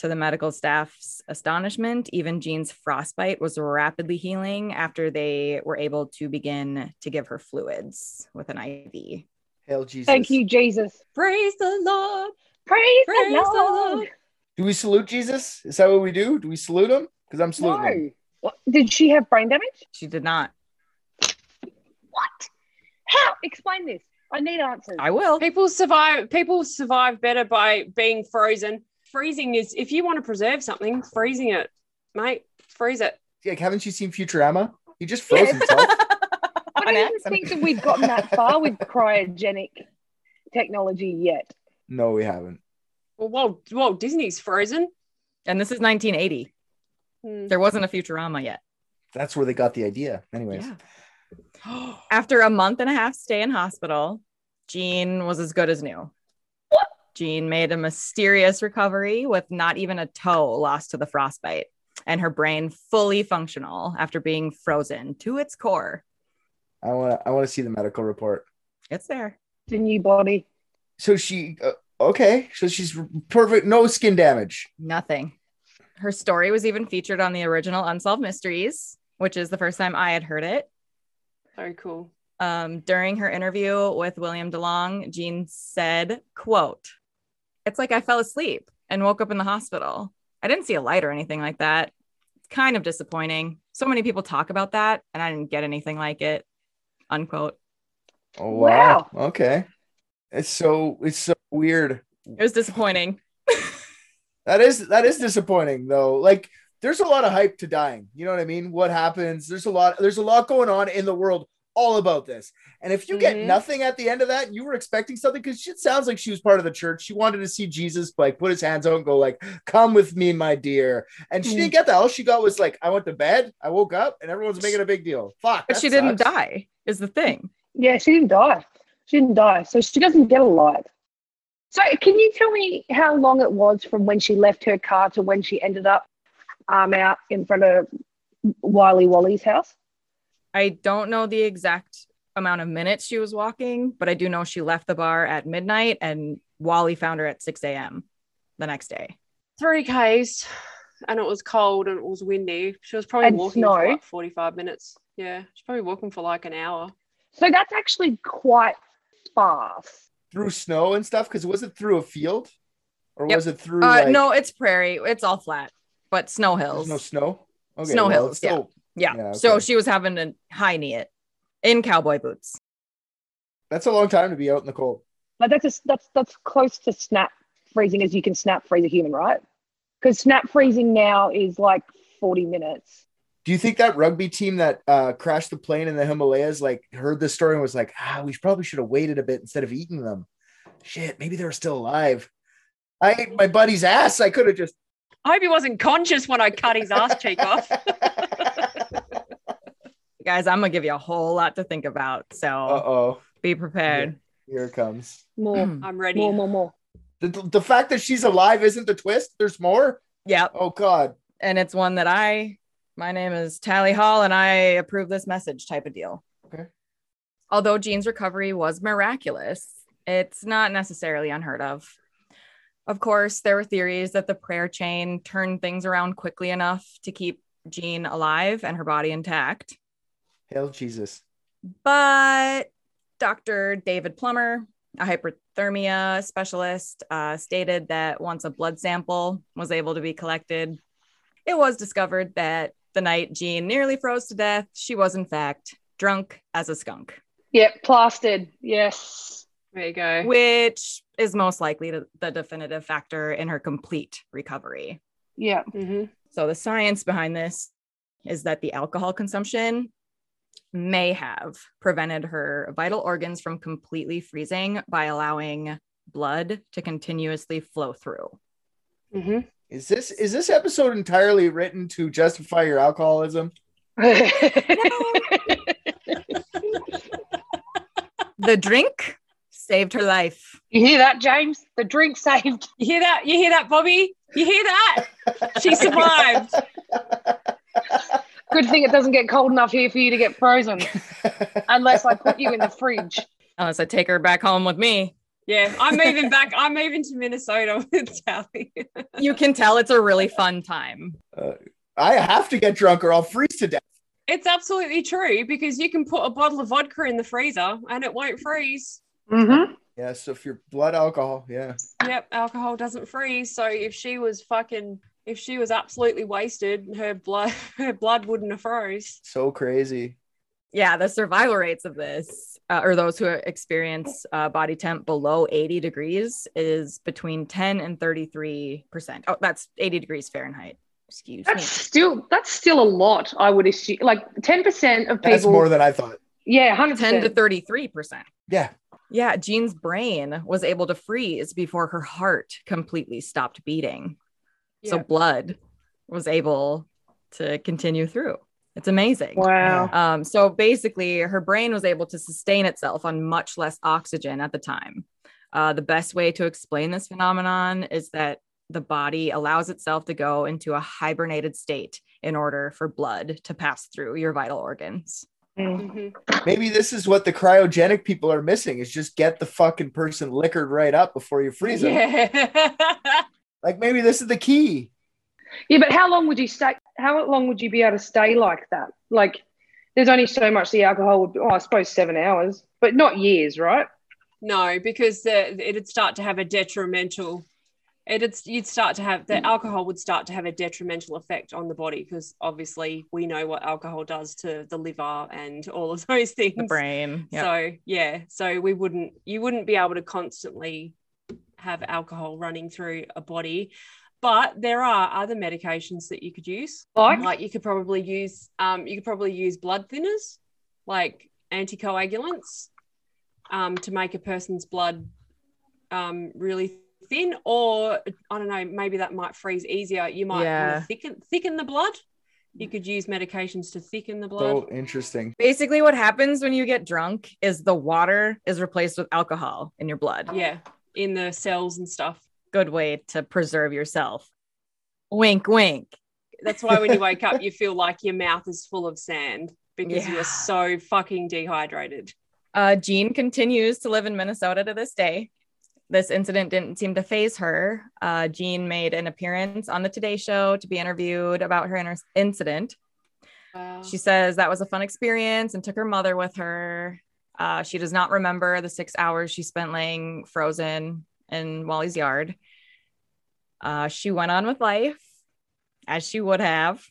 [SPEAKER 2] To the medical staff's astonishment, even Jean's frostbite was rapidly healing after they were able to begin to give her fluids with an IV.
[SPEAKER 4] Hail Jesus.
[SPEAKER 5] Thank you, Jesus.
[SPEAKER 3] Praise the Lord.
[SPEAKER 5] Praise,
[SPEAKER 3] Praise
[SPEAKER 5] the Lord.
[SPEAKER 4] Do we salute Jesus? Is that what we do? Do we salute him? Because I'm saluting him.
[SPEAKER 5] No. What- Did she have brain damage?
[SPEAKER 2] She did not.
[SPEAKER 5] What? How? Explain this. I need answers.
[SPEAKER 2] I will.
[SPEAKER 3] People survive. People survive better by being frozen. Freezing is if you want to preserve something, freezing it, mate. Freeze it.
[SPEAKER 4] Like, haven't you seen Futurama? He just
[SPEAKER 5] [laughs]
[SPEAKER 4] froze himself.
[SPEAKER 5] I
[SPEAKER 2] On
[SPEAKER 5] don't even
[SPEAKER 2] accident.
[SPEAKER 5] think that we've gotten that far with cryogenic technology yet.
[SPEAKER 4] No, we haven't.
[SPEAKER 3] Well, Walt, Walt Disney's frozen.
[SPEAKER 2] And this is 1980.
[SPEAKER 3] Hmm.
[SPEAKER 2] There wasn't a Futurama yet.
[SPEAKER 4] That's where they got the idea. Anyways,
[SPEAKER 2] Yeah. After a month and a half stay in hospital, Jean was as good as new. Jean made a mysterious recovery with not even a toe lost to the frostbite and her brain fully functional after being frozen to its core.
[SPEAKER 4] I want to. I want to see the medical report.
[SPEAKER 2] It's there.
[SPEAKER 5] The new body.
[SPEAKER 4] So she. Uh, okay. So she's perfect. No skin damage.
[SPEAKER 2] Nothing. Her story was even featured on the original Unsolved Mysteries, which is the first time I had heard it.
[SPEAKER 3] Very cool.
[SPEAKER 2] um, during her interview with William DeLong, Jean said, quote, it's like I fell asleep and woke up in the hospital. I didn't see a light or anything like that. It's kind of disappointing. So many people talk about that and I didn't get anything like it, unquote.
[SPEAKER 4] Oh
[SPEAKER 5] Wow.
[SPEAKER 4] Okay. It's so. It's so weird.
[SPEAKER 2] It was disappointing.
[SPEAKER 4] That is that is disappointing though. Like there's a lot of hype to dying. You know what I mean? What happens? There's a lot there's a lot going on in the world all about this. And if you get
[SPEAKER 2] Mm-hmm.
[SPEAKER 3] Mhm.
[SPEAKER 4] nothing at the end of that, you were expecting something cuz she it sounds like she was part of the church. She wanted to see Jesus like put his hands out and go like, "Come with me, my dear." And she
[SPEAKER 2] Mm-hmm.
[SPEAKER 4] didn't get that. All she got was like, "I went to bed, I woke up, and everyone's making a big deal." Fuck.
[SPEAKER 2] But
[SPEAKER 4] that
[SPEAKER 2] she didn't
[SPEAKER 4] sucks.
[SPEAKER 2] die, is the thing.
[SPEAKER 5] Yeah, she didn't die. She didn't die. So she doesn't get a light. So can you tell me how long it was from when she left her car to when she ended up arm out in front of Wiley Wally's house?
[SPEAKER 2] I don't know the exact amount of minutes she was walking, but I do know she left the bar at midnight and Wally found her at 6 a.m. the next day.
[SPEAKER 3] Three Ks, and it was cold and it was windy. She was probably
[SPEAKER 5] And
[SPEAKER 3] walking
[SPEAKER 5] snow.
[SPEAKER 3] for like forty-five minutes. Yeah, she's probably walking for like an hour.
[SPEAKER 5] So that's actually quite fast.
[SPEAKER 4] through snow and stuff cuz was it through a field? Or
[SPEAKER 2] Yep.
[SPEAKER 4] was it through
[SPEAKER 2] Uh,
[SPEAKER 4] like,
[SPEAKER 2] no, it's prairie. It's all flat, but snow
[SPEAKER 4] there's
[SPEAKER 2] hills.
[SPEAKER 4] no snow? Okay,
[SPEAKER 2] Snow
[SPEAKER 4] well,
[SPEAKER 2] hills,
[SPEAKER 4] it's still-
[SPEAKER 2] yeah.
[SPEAKER 4] Yeah,
[SPEAKER 2] So
[SPEAKER 4] okay.
[SPEAKER 2] she was having a high knee it in cowboy boots.
[SPEAKER 4] That's a long time to be out in the cold.
[SPEAKER 5] Like that's a, that's that's close to snap freezing as you can snap freeze a human, right? Because snap freezing now is like forty minutes.
[SPEAKER 4] Do you think that rugby team that uh, crashed the plane in the Himalayas like heard this story and was like, ah, we probably should have waited a bit instead of eating them? Shit, maybe they were still alive. I ate my buddy's ass. I could have just.
[SPEAKER 3] I hope he wasn't conscious when I cut his ass cheek [laughs] off.
[SPEAKER 4] uh
[SPEAKER 2] Guys, I'm gonna give you a whole lot to think about. So
[SPEAKER 4] oh,
[SPEAKER 2] be prepared.
[SPEAKER 4] here it comes.
[SPEAKER 5] More,
[SPEAKER 3] I'm ready.
[SPEAKER 5] more, more, more.
[SPEAKER 4] The, the fact that she's alive isn't the twist. There's more.
[SPEAKER 2] yep.
[SPEAKER 4] Oh God,
[SPEAKER 2] And it's one that I my name is Tally Hall and I approve this message type of deal.
[SPEAKER 4] Okay.
[SPEAKER 2] Although Jean's recovery was miraculous, it's not necessarily unheard of. Of course, there were theories that the prayer chain turned things around quickly enough to keep Jean alive and her body intact.
[SPEAKER 4] hell Jesus.
[SPEAKER 2] But Dr. David Plummer, a hyperthermia specialist, uh, stated that once a blood sample was able to be collected, it was discovered that the night Jean nearly froze to death, she was in fact drunk as a skunk,
[SPEAKER 5] Yep, plastered. Yes.
[SPEAKER 3] There you go.
[SPEAKER 2] which is most likely to, the definitive factor in her complete recovery.
[SPEAKER 5] Yeah. [laughs]
[SPEAKER 3] hmm
[SPEAKER 2] So the science behind this is that the alcohol consumption may have prevented her vital organs from completely freezing by allowing blood to continuously flow through.
[SPEAKER 3] hmm
[SPEAKER 4] Is this is this episode entirely written to justify your alcoholism?
[SPEAKER 2] The drink saved her life.
[SPEAKER 5] You hear that, James? The drink saved. [laughs]
[SPEAKER 3] You hear that? You hear that, Bobby? You hear that?
[SPEAKER 4] [laughs]
[SPEAKER 3] She survived.
[SPEAKER 5] Good thing it doesn't get cold enough here for you to get frozen, unless I put you in the fridge.
[SPEAKER 2] Unless I take her back home with me.
[SPEAKER 3] Yeah, I'm moving back. I'm moving to Minnesota [laughs] with Tally.
[SPEAKER 2] You can tell it's a really fun time.
[SPEAKER 4] I have to get drunk or I'll freeze to death.
[SPEAKER 3] It's absolutely true because you can put a bottle of vodka in the freezer and it won't freeze.
[SPEAKER 5] Mm-hmm.
[SPEAKER 4] Yeah, so if you're blood alcohol, yeah.
[SPEAKER 3] Yep, alcohol doesn't freeze. So if she was fucking, if she was absolutely wasted, her blood, [laughs] her blood wouldn't have froze.
[SPEAKER 4] So crazy.
[SPEAKER 2] Yeah, the survival rates of this, uh, or those who experience uh, body temp below 80 degrees, is between 10 and 33%. Oh, that's 80 degrees Fahrenheit. Excuse
[SPEAKER 5] That's
[SPEAKER 2] me.
[SPEAKER 5] still that's still a lot. I would assume, like ten percent of people.
[SPEAKER 4] That's more than I thought.
[SPEAKER 5] yeah, hundred
[SPEAKER 2] 10 to
[SPEAKER 5] percent.
[SPEAKER 2] 33%.
[SPEAKER 4] Yeah.
[SPEAKER 2] Yeah, Jean's brain was able to freeze before her heart completely stopped beating. So
[SPEAKER 3] Yeah.
[SPEAKER 2] blood was able to continue through. It's amazing.
[SPEAKER 5] Wow.
[SPEAKER 2] Um, so basically, her brain was able to sustain itself on much less oxygen at the time. Uh, the best way to explain this phenomenon is that the body allows itself to go into a hibernated state in order for blood to pass through your vital organs.
[SPEAKER 5] Mm.
[SPEAKER 3] Mhm.
[SPEAKER 4] Maybe this is what the cryogenic people are missing is just get the fucking person liquored right up before you freeze them.
[SPEAKER 3] Yeah. [laughs]
[SPEAKER 4] Like maybe this is the key.
[SPEAKER 5] Yeah, but how long would you stay? How long would you be able to stay like that? Like, there's only so much the alcohol would. Oh, I suppose seven hours, but not years, right?
[SPEAKER 3] No, because the, it'd start to have a detrimental. It'd you'd start to have
[SPEAKER 2] Mm.
[SPEAKER 3] the alcohol would start to have a detrimental effect on the body because obviously we know what alcohol does to the liver and all of [laughs] those things.
[SPEAKER 2] The brain. Yep.
[SPEAKER 3] So yeah, so we wouldn't you wouldn't be able to constantly have alcohol running through a body, but there are other medications that you could use.
[SPEAKER 5] Like,
[SPEAKER 3] Like you could probably use um you could probably use blood thinners like anticoagulants um to make a person's blood um really thin or I don't know maybe that might freeze easier. You might
[SPEAKER 2] Yeah.
[SPEAKER 3] want to thicken thicken the blood. You could use medications to thicken the blood.
[SPEAKER 4] So interesting.
[SPEAKER 2] Basically, what happens when you get drunk is the water is replaced with alcohol in your blood.
[SPEAKER 3] yeah, in the cells and stuff.
[SPEAKER 2] Good way to preserve yourself. Wink, wink.
[SPEAKER 3] That's why when you wake up, you feel like your mouth is full of sand because
[SPEAKER 2] Yeah.
[SPEAKER 3] you're so fucking dehydrated.
[SPEAKER 2] Uh, Jean continues to live in Minnesota to this day. This incident didn't seem to phase her. Uh, Jean made an appearance on the Today Show to be interviewed about her inter- incident.
[SPEAKER 3] [laughs]
[SPEAKER 2] She says that was a fun experience and took her mother with her. Uh, she does not remember the six hours she spent laying frozen in Wally's yard. Uh, she went on with life as she would have.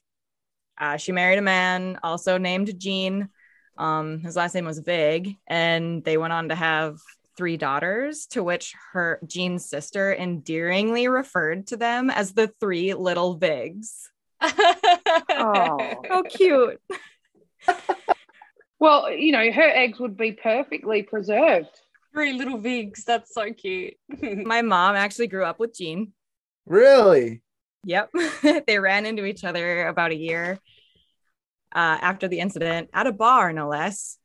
[SPEAKER 2] Uh, she married a man also named Gene. Um, his last name was Vig, and they went on to have three daughters, to which her Jean's sister endearingly referred to them as the three little Vigs.
[SPEAKER 5] Oh.
[SPEAKER 2] How cute!
[SPEAKER 5] well, you know, her eggs would be perfectly preserved.
[SPEAKER 3] Three little vigs. That's so cute. [laughs]
[SPEAKER 2] My mom actually grew up with Gene.
[SPEAKER 4] Really?
[SPEAKER 2] Yep. [laughs] they ran into each other about a year uh, after the incident at a bar, no less.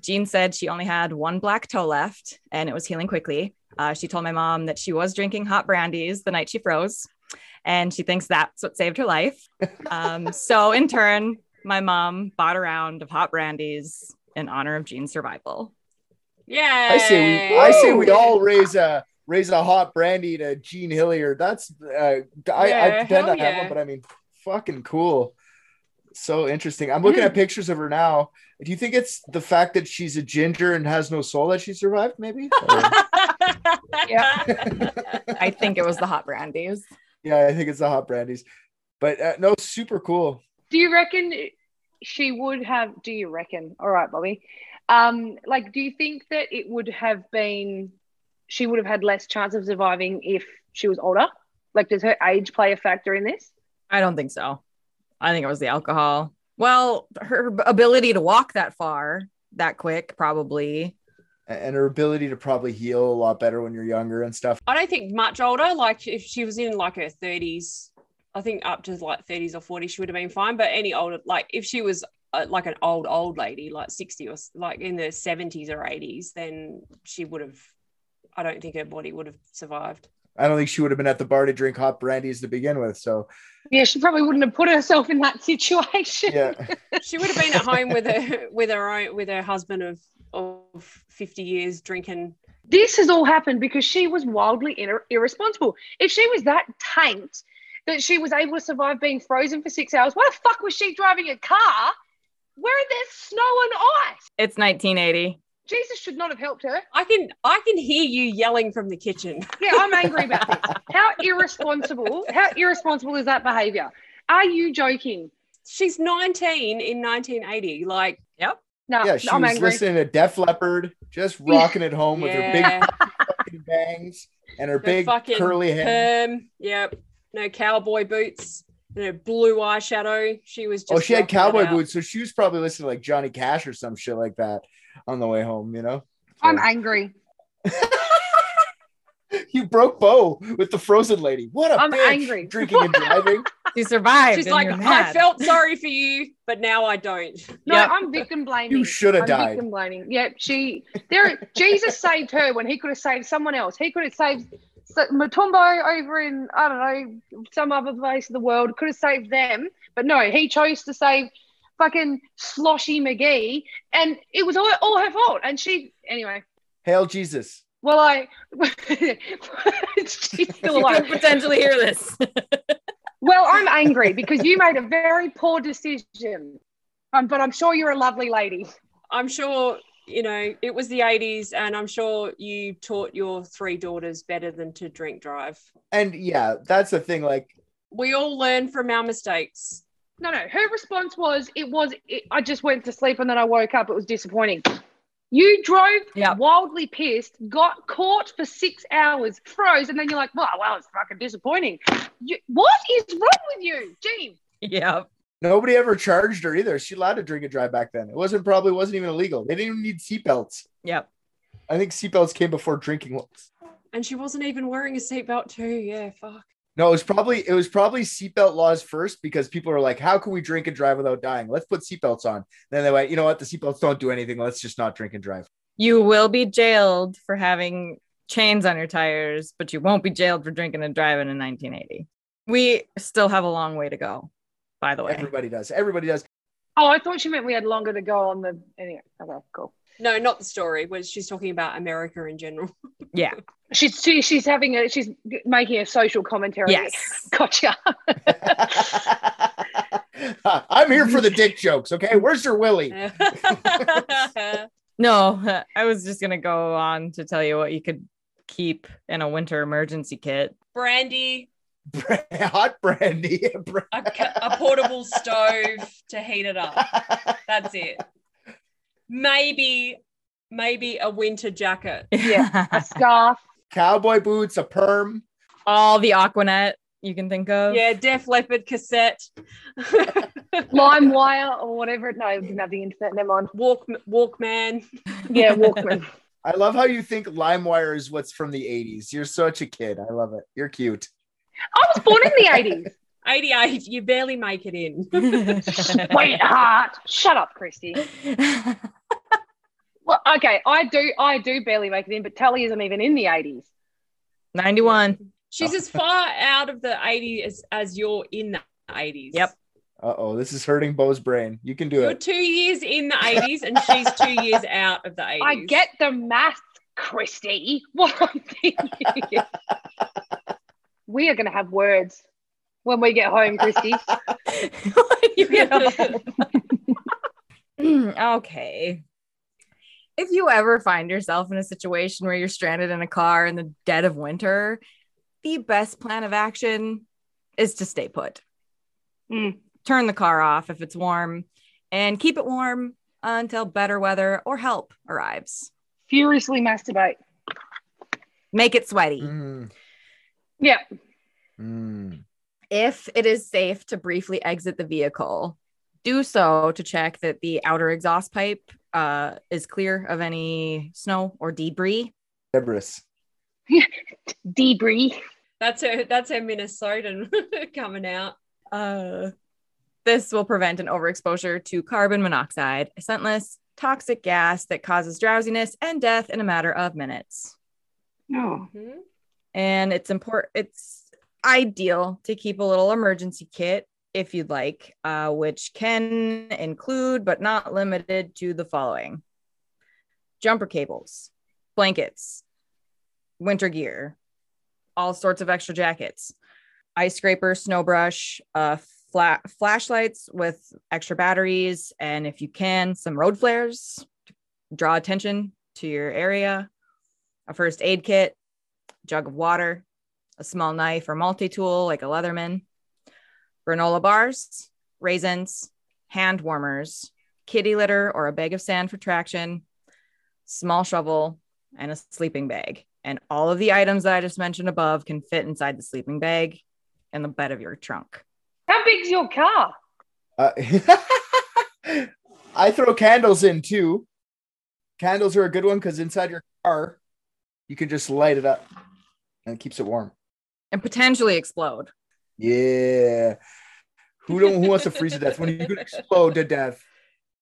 [SPEAKER 2] Jean said she only had one black toe left and it was healing quickly. Uh, she told my mom that she was drinking hot brandies the night she froze, and she thinks that's what saved her life. Um, so, in turn, my mom bought a round of hot brandies in honor of Jean's survival.
[SPEAKER 3] yeah.
[SPEAKER 4] I say we, I say
[SPEAKER 3] [laughs]
[SPEAKER 4] we all raise a raise a hot brandy to Gene Hilliard. That's uh, I, I
[SPEAKER 3] Yeah,
[SPEAKER 4] pretend
[SPEAKER 3] hell
[SPEAKER 4] I have
[SPEAKER 3] yeah.
[SPEAKER 4] one, but I mean, fucking cool. So interesting. I'm
[SPEAKER 3] Hmm.
[SPEAKER 4] looking at pictures of her now. Do you think it's the fact that she's a ginger and has no soul that she survived? Maybe. Or-
[SPEAKER 2] I think it was the hot brandies.
[SPEAKER 4] yeah, I think it's the hot brandies. But uh, no, super cool.
[SPEAKER 5] Do you reckon she would have? Do you reckon? All right, Bobby. Um, like, do you think that it would have been? She would have had less chance of surviving if she was older. Like, does her age play a factor in this?
[SPEAKER 2] I don't think so. I think it was the alcohol. Well, her ability to walk that far, that quick, probably.
[SPEAKER 4] A- And her ability to probably heal a lot better when you're younger and stuff.
[SPEAKER 3] I don't think much older. Like if she was in like her thirties, I think up to like thirties or forties, she would have been fine. But any older, like if she was uh, like an old old lady, like sixty or s- like in the seventies or eighties, then she would have. I don't think her body would have survived.
[SPEAKER 4] I don't think she would have been at the bar to drink hot brandies to begin with. So
[SPEAKER 5] Yeah, she probably wouldn't have put herself in that [laughs] situation.
[SPEAKER 4] yeah,
[SPEAKER 3] She would have been at home with her [laughs] with her own with her husband of of fifty years drinking.
[SPEAKER 5] This has all happened because she was wildly ir- irresponsible. If she was that tanked that she was able to survive being frozen for six hours, why the fuck was she driving a car where there's snow and ice?
[SPEAKER 2] It's 1980.
[SPEAKER 5] Jesus should not have helped her.
[SPEAKER 3] I can I can hear you yelling from the kitchen. [laughs]
[SPEAKER 5] Yeah, I'm angry about this. How irresponsible, how irresponsible is that behavior? Are you joking?
[SPEAKER 3] She's nineteen in nineteen eighty. Like Oh,
[SPEAKER 5] No,
[SPEAKER 4] yeah, she
[SPEAKER 5] I'm
[SPEAKER 4] was
[SPEAKER 5] angry.
[SPEAKER 4] listening to Def Leppard, just rocking it home with her big
[SPEAKER 3] yeah,
[SPEAKER 4] fucking bangs and her
[SPEAKER 3] Her
[SPEAKER 4] big
[SPEAKER 3] fucking
[SPEAKER 4] [laughs] curly hair.
[SPEAKER 3] perm. Yep. No cowboy boots. No blue eyeshadow. She was just
[SPEAKER 4] Oh, she had
[SPEAKER 3] rocking it
[SPEAKER 4] cowboy
[SPEAKER 3] out.
[SPEAKER 4] boots, so she was probably listening to like Johnny Cash or some shit like that on the way home. You know, [laughs]
[SPEAKER 5] I'm angry.
[SPEAKER 4] you broke Bo with the frozen lady. What a
[SPEAKER 5] I'm
[SPEAKER 3] [laughs]
[SPEAKER 4] bitch.
[SPEAKER 5] angry.
[SPEAKER 4] drinking and driving.
[SPEAKER 2] She survived.
[SPEAKER 3] She's
[SPEAKER 2] and
[SPEAKER 3] like, "Oh,
[SPEAKER 2] you're
[SPEAKER 3] I
[SPEAKER 2] mad."
[SPEAKER 3] felt sorry for you, but now I don't.
[SPEAKER 5] No,
[SPEAKER 2] Yep.
[SPEAKER 5] I'm victim blaming.
[SPEAKER 4] You should have
[SPEAKER 5] I'm
[SPEAKER 4] died.
[SPEAKER 5] victim blaming. Yep, she there. Jesus saved her when he could have saved someone else. He could have saved S- Matumbo over in I don't know some other place of the world. Could have saved them, but no, he chose to save fucking Sloshy McGee, and it was all, all her fault. And she anyway.
[SPEAKER 4] Hail Jesus.
[SPEAKER 5] Well, I [laughs] she's still
[SPEAKER 2] You could
[SPEAKER 5] alive.
[SPEAKER 2] potentially hear this.
[SPEAKER 5] Well, I'm angry because you made a very poor decision. Um, but I'm sure you're a lovely lady.
[SPEAKER 3] I'm sure, you know, it was the 80s, and I'm sure you taught your three daughters better than to drink drive.
[SPEAKER 4] And yeah, that's the thing. Like,
[SPEAKER 3] We all learn from our mistakes.
[SPEAKER 5] No, no. Her response was, "It was. It, I just went to sleep and then I woke up. It was disappointing." You drove
[SPEAKER 2] Yep.
[SPEAKER 5] wildly pissed, got caught for six hours, froze, and then you're like, "Wow, wow, it's fucking disappointing." You, what is wrong with you, Gene?
[SPEAKER 2] [laughs] yep.
[SPEAKER 4] Nobody ever charged her either. She allowed to drink and drive back then. It wasn't probably wasn't even illegal. They didn't even need seatbelts.
[SPEAKER 2] Yep.
[SPEAKER 4] I think seatbelts came before drinking laws.
[SPEAKER 3] And she wasn't even wearing a seatbelt, too. Yeah, fuck.
[SPEAKER 4] No, it was probably it was probably seatbelt laws first because people are like, how can we drink and drive without dying? Let's put seatbelts on. Then they went, you know what? The seatbelts don't do anything. Let's just not drink and drive.
[SPEAKER 2] You will be jailed for having chains on your tires, but you won't be jailed for drinking and driving in 1980. We still have a long way to go, by the way.
[SPEAKER 4] Everybody does. Everybody does.
[SPEAKER 5] Oh, I thought she meant we had longer to go on the. Anyway, okay, cool.
[SPEAKER 3] No, not the story, but she's talking about America in general.
[SPEAKER 2] Yeah.
[SPEAKER 5] She's she, she's having a she's making a social commentary.
[SPEAKER 2] Yes.
[SPEAKER 5] [laughs] Gotcha.
[SPEAKER 4] I'm here for the dick jokes. Okay, where's your Willie?
[SPEAKER 2] No, [laughs] I was just going to go on to tell you what you could keep in a winter emergency kit.
[SPEAKER 3] Brandy,
[SPEAKER 4] [laughs] Hot brandy.
[SPEAKER 3] a, ca- a portable stove to heat it up. That's it. Maybe, maybe a winter jacket.
[SPEAKER 5] Yeah. A scarf.
[SPEAKER 4] Cowboy boots, a perm.
[SPEAKER 2] [laughs] All the Aquanet you can think of. [laughs]
[SPEAKER 3] Yeah, Def Leopard cassette. [laughs]
[SPEAKER 5] Lime wire or whatever. No, it didn't have the internet. Never mind.
[SPEAKER 3] Walk Walkman.
[SPEAKER 5] Yeah, Walkman.
[SPEAKER 4] I love how you think LimeWire is what's from the 80s. You're such a kid. I love it. You're cute.
[SPEAKER 5] I was born in the 80s.
[SPEAKER 3] 88, you barely make it in.
[SPEAKER 5] Sweetheart. Shut up, Christy. Well, okay, I do, I do barely make it in, but Tally isn't even in the eighties.
[SPEAKER 2] [laughs] 91.
[SPEAKER 3] She's as far out of the 80s as, as you're in the 80s.
[SPEAKER 2] Yep.
[SPEAKER 4] Uh oh, this is hurting Bo's brain. You can do
[SPEAKER 3] You're
[SPEAKER 4] it.
[SPEAKER 3] two years in the 80s and she's two years out of the 80s.
[SPEAKER 5] I
[SPEAKER 3] [laughs]
[SPEAKER 5] get the math, Christy. What I'm thinking. is- we are going to have words when we get home, Christy.
[SPEAKER 2] you get
[SPEAKER 3] [laughs]
[SPEAKER 2] home. okay. If you ever find yourself in a situation where you're stranded in a car in the dead of winter, the best plan of action is to stay put.
[SPEAKER 5] Mm.
[SPEAKER 2] Turn the car off if it's warm and keep it warm until better weather or help arrives.
[SPEAKER 5] Furiously masturbate.
[SPEAKER 2] Make it sweaty.
[SPEAKER 4] Mm,
[SPEAKER 5] Yeah,
[SPEAKER 4] mm.
[SPEAKER 2] if it is safe to briefly exit the vehicle, do so to check that the outer exhaust pipe uh, is clear of any snow or debris.
[SPEAKER 4] Debris.
[SPEAKER 5] debris.
[SPEAKER 3] [laughs] that's her that's her Minnesotan coming out.
[SPEAKER 2] Uh, This will prevent an overexposure to carbon monoxide, a scentless, toxic gas that causes drowsiness and death in a matter of minutes.
[SPEAKER 5] No.
[SPEAKER 3] Mhm.
[SPEAKER 2] And it's important, it's ideal to keep a little emergency kit if you'd like, uh, which can include but not limited to the following jumper cables, blankets, winter gear, all sorts of extra jackets, ice scraper, snow brush, uh, fla- flashlights with extra batteries, and if you can, some road flares to draw attention to your area, a first aid kit, jug of water, a small knife or multi tool like a Leatherman, granola bars, raisins, hand warmers, kitty litter or a bag of sand for traction, small shovel, and a sleeping bag. And all of the items that I just mentioned above can fit inside the sleeping bag and the bed of your trunk.
[SPEAKER 5] How big's your car?
[SPEAKER 4] Uh, [laughs] I throw candles in too. Candles are a good one because inside your car, you can just light it up and it keeps it warm.
[SPEAKER 2] And potentially explode.
[SPEAKER 4] Yeah. Who don't who wants to freeze to death when you could explode to death?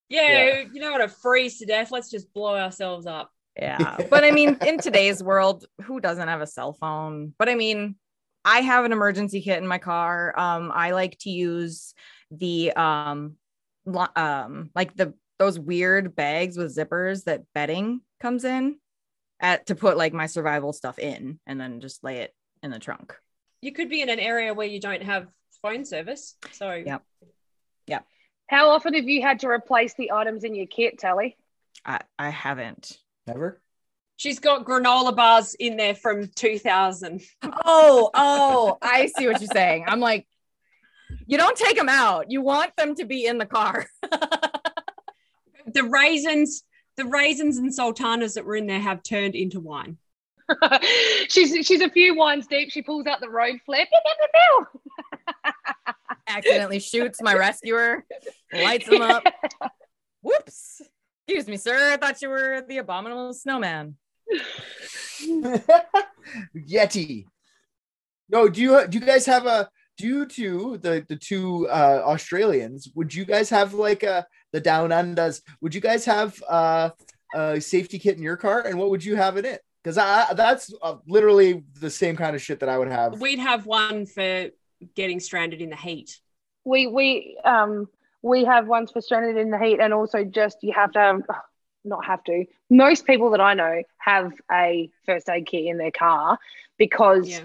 [SPEAKER 3] Yeah,
[SPEAKER 4] Yeah.
[SPEAKER 3] you know what? A freeze to death. Let's just blow ourselves up.
[SPEAKER 2] Yeah. But I mean, in today's world, who doesn't have a cell phone? But I mean, I have an emergency kit in my car. Um, I like to use the um, lo- um, like the those weird bags with zippers that bedding comes in at to put like my survival stuff in and then just lay it in the trunk.
[SPEAKER 3] You could be in an area where you don't have phone service. So
[SPEAKER 2] Yeah.
[SPEAKER 5] How often have you had to replace the items in your kit, Tally? [laughs]
[SPEAKER 2] I, I haven't.
[SPEAKER 4] Never?
[SPEAKER 3] she's got granola bars in there from 2000.
[SPEAKER 2] Oh, oh, I see what you're saying. I'm like, you don't take them out. You want them to be in the car.
[SPEAKER 3] The raisins, the raisins and sultanas that were in there have turned into wine.
[SPEAKER 5] she's she's a few wines deep. She pulls out the road flare. Pew, pew, pew, pew.
[SPEAKER 2] accidentally shoots my rescuer, lights
[SPEAKER 3] [laughs]
[SPEAKER 2] him up. Whoops. Excuse me, sir. I thought you were the abominable snowman.
[SPEAKER 4] [laughs] Yeti. No, do you do you guys have a do you two the the two uh Australians would you guys have like a the down unders would you guys have uh a safety kit in your car and what would you have in it because I that's uh, literally the same kind of shit that I would have
[SPEAKER 3] We'd have one for getting stranded in the heat.
[SPEAKER 5] We we um we have ones for stranded in the heat, and also just you have to have, oh, not have to. Most people that I know have a first aid kit in their car because
[SPEAKER 3] Yeah.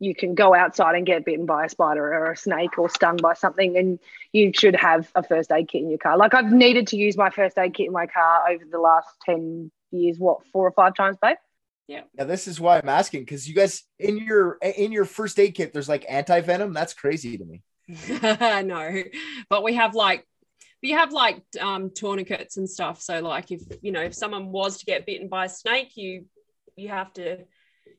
[SPEAKER 5] you can go outside and get bitten by a spider or a snake or stung by something and you should have a first aid kit in your car like i've needed to use my first aid kit in my car over the last 10 years what four or five times babe
[SPEAKER 4] Now this is why I'm asking because you guys in your in your first aid kit there's like anti venom. That's crazy to me.
[SPEAKER 3] [laughs] no, but we have like we have like um, tourniquets and stuff. So like if you know if someone was to get bitten by a snake, you you have to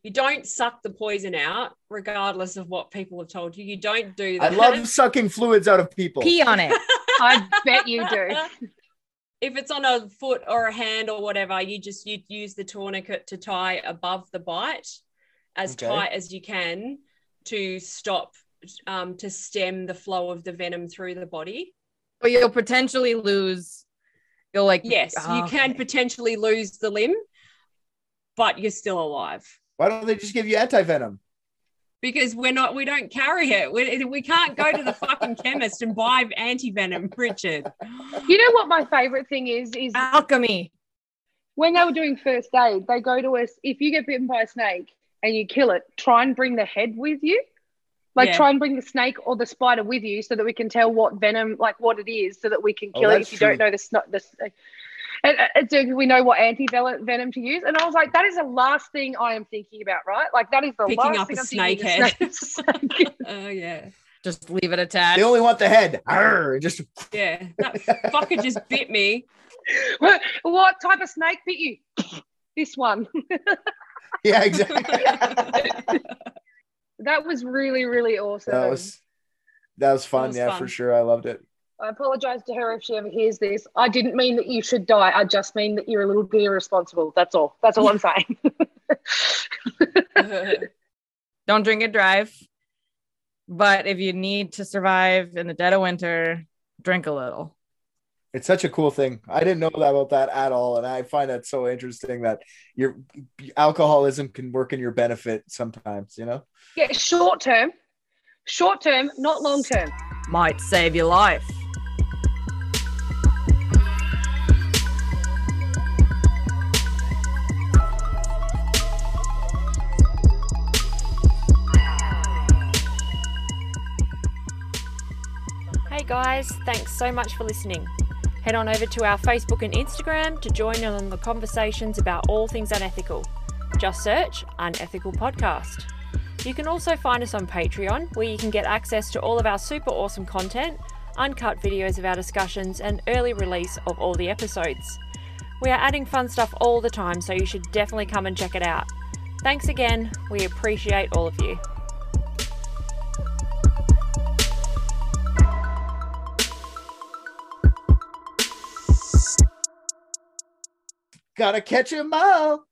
[SPEAKER 3] you don't suck the poison out, regardless of what people have told you. You don't do
[SPEAKER 4] I
[SPEAKER 3] that.
[SPEAKER 4] love sucking fluids out of people.
[SPEAKER 2] Pee on it.
[SPEAKER 5] i bet you do
[SPEAKER 3] [laughs] if it's on a foot or a hand or whatever, you just you use the tourniquet to tie above the bite as
[SPEAKER 4] Okay.
[SPEAKER 3] tight as you can to stop um, to stem the flow of the venom through the body.
[SPEAKER 2] But you'll potentially lose. You'll like oh,
[SPEAKER 3] Yes, you can
[SPEAKER 2] Ah, Okay.
[SPEAKER 3] potentially lose the limb, but you're still alive
[SPEAKER 4] Why don't they just give you anti venom?
[SPEAKER 3] because we're not. We don't carry it. We, we can't go to the fucking chemist and buy anti venom, Richard.
[SPEAKER 5] you know what my favorite thing is is
[SPEAKER 2] alchemy.
[SPEAKER 5] when they were doing first aid they go to us if you get bitten by a snake and you kill it try and bring the head with you like
[SPEAKER 3] Yeah.
[SPEAKER 5] try and bring the snake or the spider with you so that we can tell what venom like what it is so that we can
[SPEAKER 4] Oh,
[SPEAKER 5] kill it
[SPEAKER 4] that's
[SPEAKER 5] if you
[SPEAKER 4] true.
[SPEAKER 5] don't know the snot the snake. and, and so we know what anti-venom to use and i was like that is the last thing i am thinking about right like that is the
[SPEAKER 3] Picking
[SPEAKER 5] last
[SPEAKER 3] up
[SPEAKER 5] thing
[SPEAKER 3] a
[SPEAKER 5] I'm thinking
[SPEAKER 3] snake
[SPEAKER 5] [laughs] is snake.
[SPEAKER 3] Oh yeah,
[SPEAKER 2] Just leave it attached.
[SPEAKER 4] They only want the head. Arr, and just
[SPEAKER 3] yeah. That fucker just bit me.
[SPEAKER 5] what, what type of snake bit you [laughs] this one [laughs]
[SPEAKER 4] [laughs] yeah, exactly.
[SPEAKER 5] that was really really awesome
[SPEAKER 4] that was that was fun.
[SPEAKER 3] was
[SPEAKER 4] yeah,
[SPEAKER 3] fun.
[SPEAKER 4] for sure. I loved it.
[SPEAKER 5] I apologize to her if she ever hears this. I didn't mean that you should die. I just mean that you're a little bit irresponsible. That's all. That's all I'm saying.
[SPEAKER 2] Don't drink and drive. But if you need to survive in the dead of winter, drink a little.
[SPEAKER 4] It's such a cool thing. I didn't know about that at all, and I find that so interesting that your alcoholism can work in your benefit sometimes. You know,
[SPEAKER 5] Yeah, short term, short term, not long term.
[SPEAKER 2] Might save your life.
[SPEAKER 3] Hey guys, thanks so much for listening. Head on over to our Facebook and Instagram to join in on the conversations about all things unethical. Just search Unethical Podcast. You can also find us on Patreon, where you can get access to all of our super awesome content, uncut videos of our discussions, and early release of all the episodes. We are adding fun stuff all the time, so you should definitely come and check it out. Thanks again, we appreciate all of you.
[SPEAKER 4] gotta catch 'em all.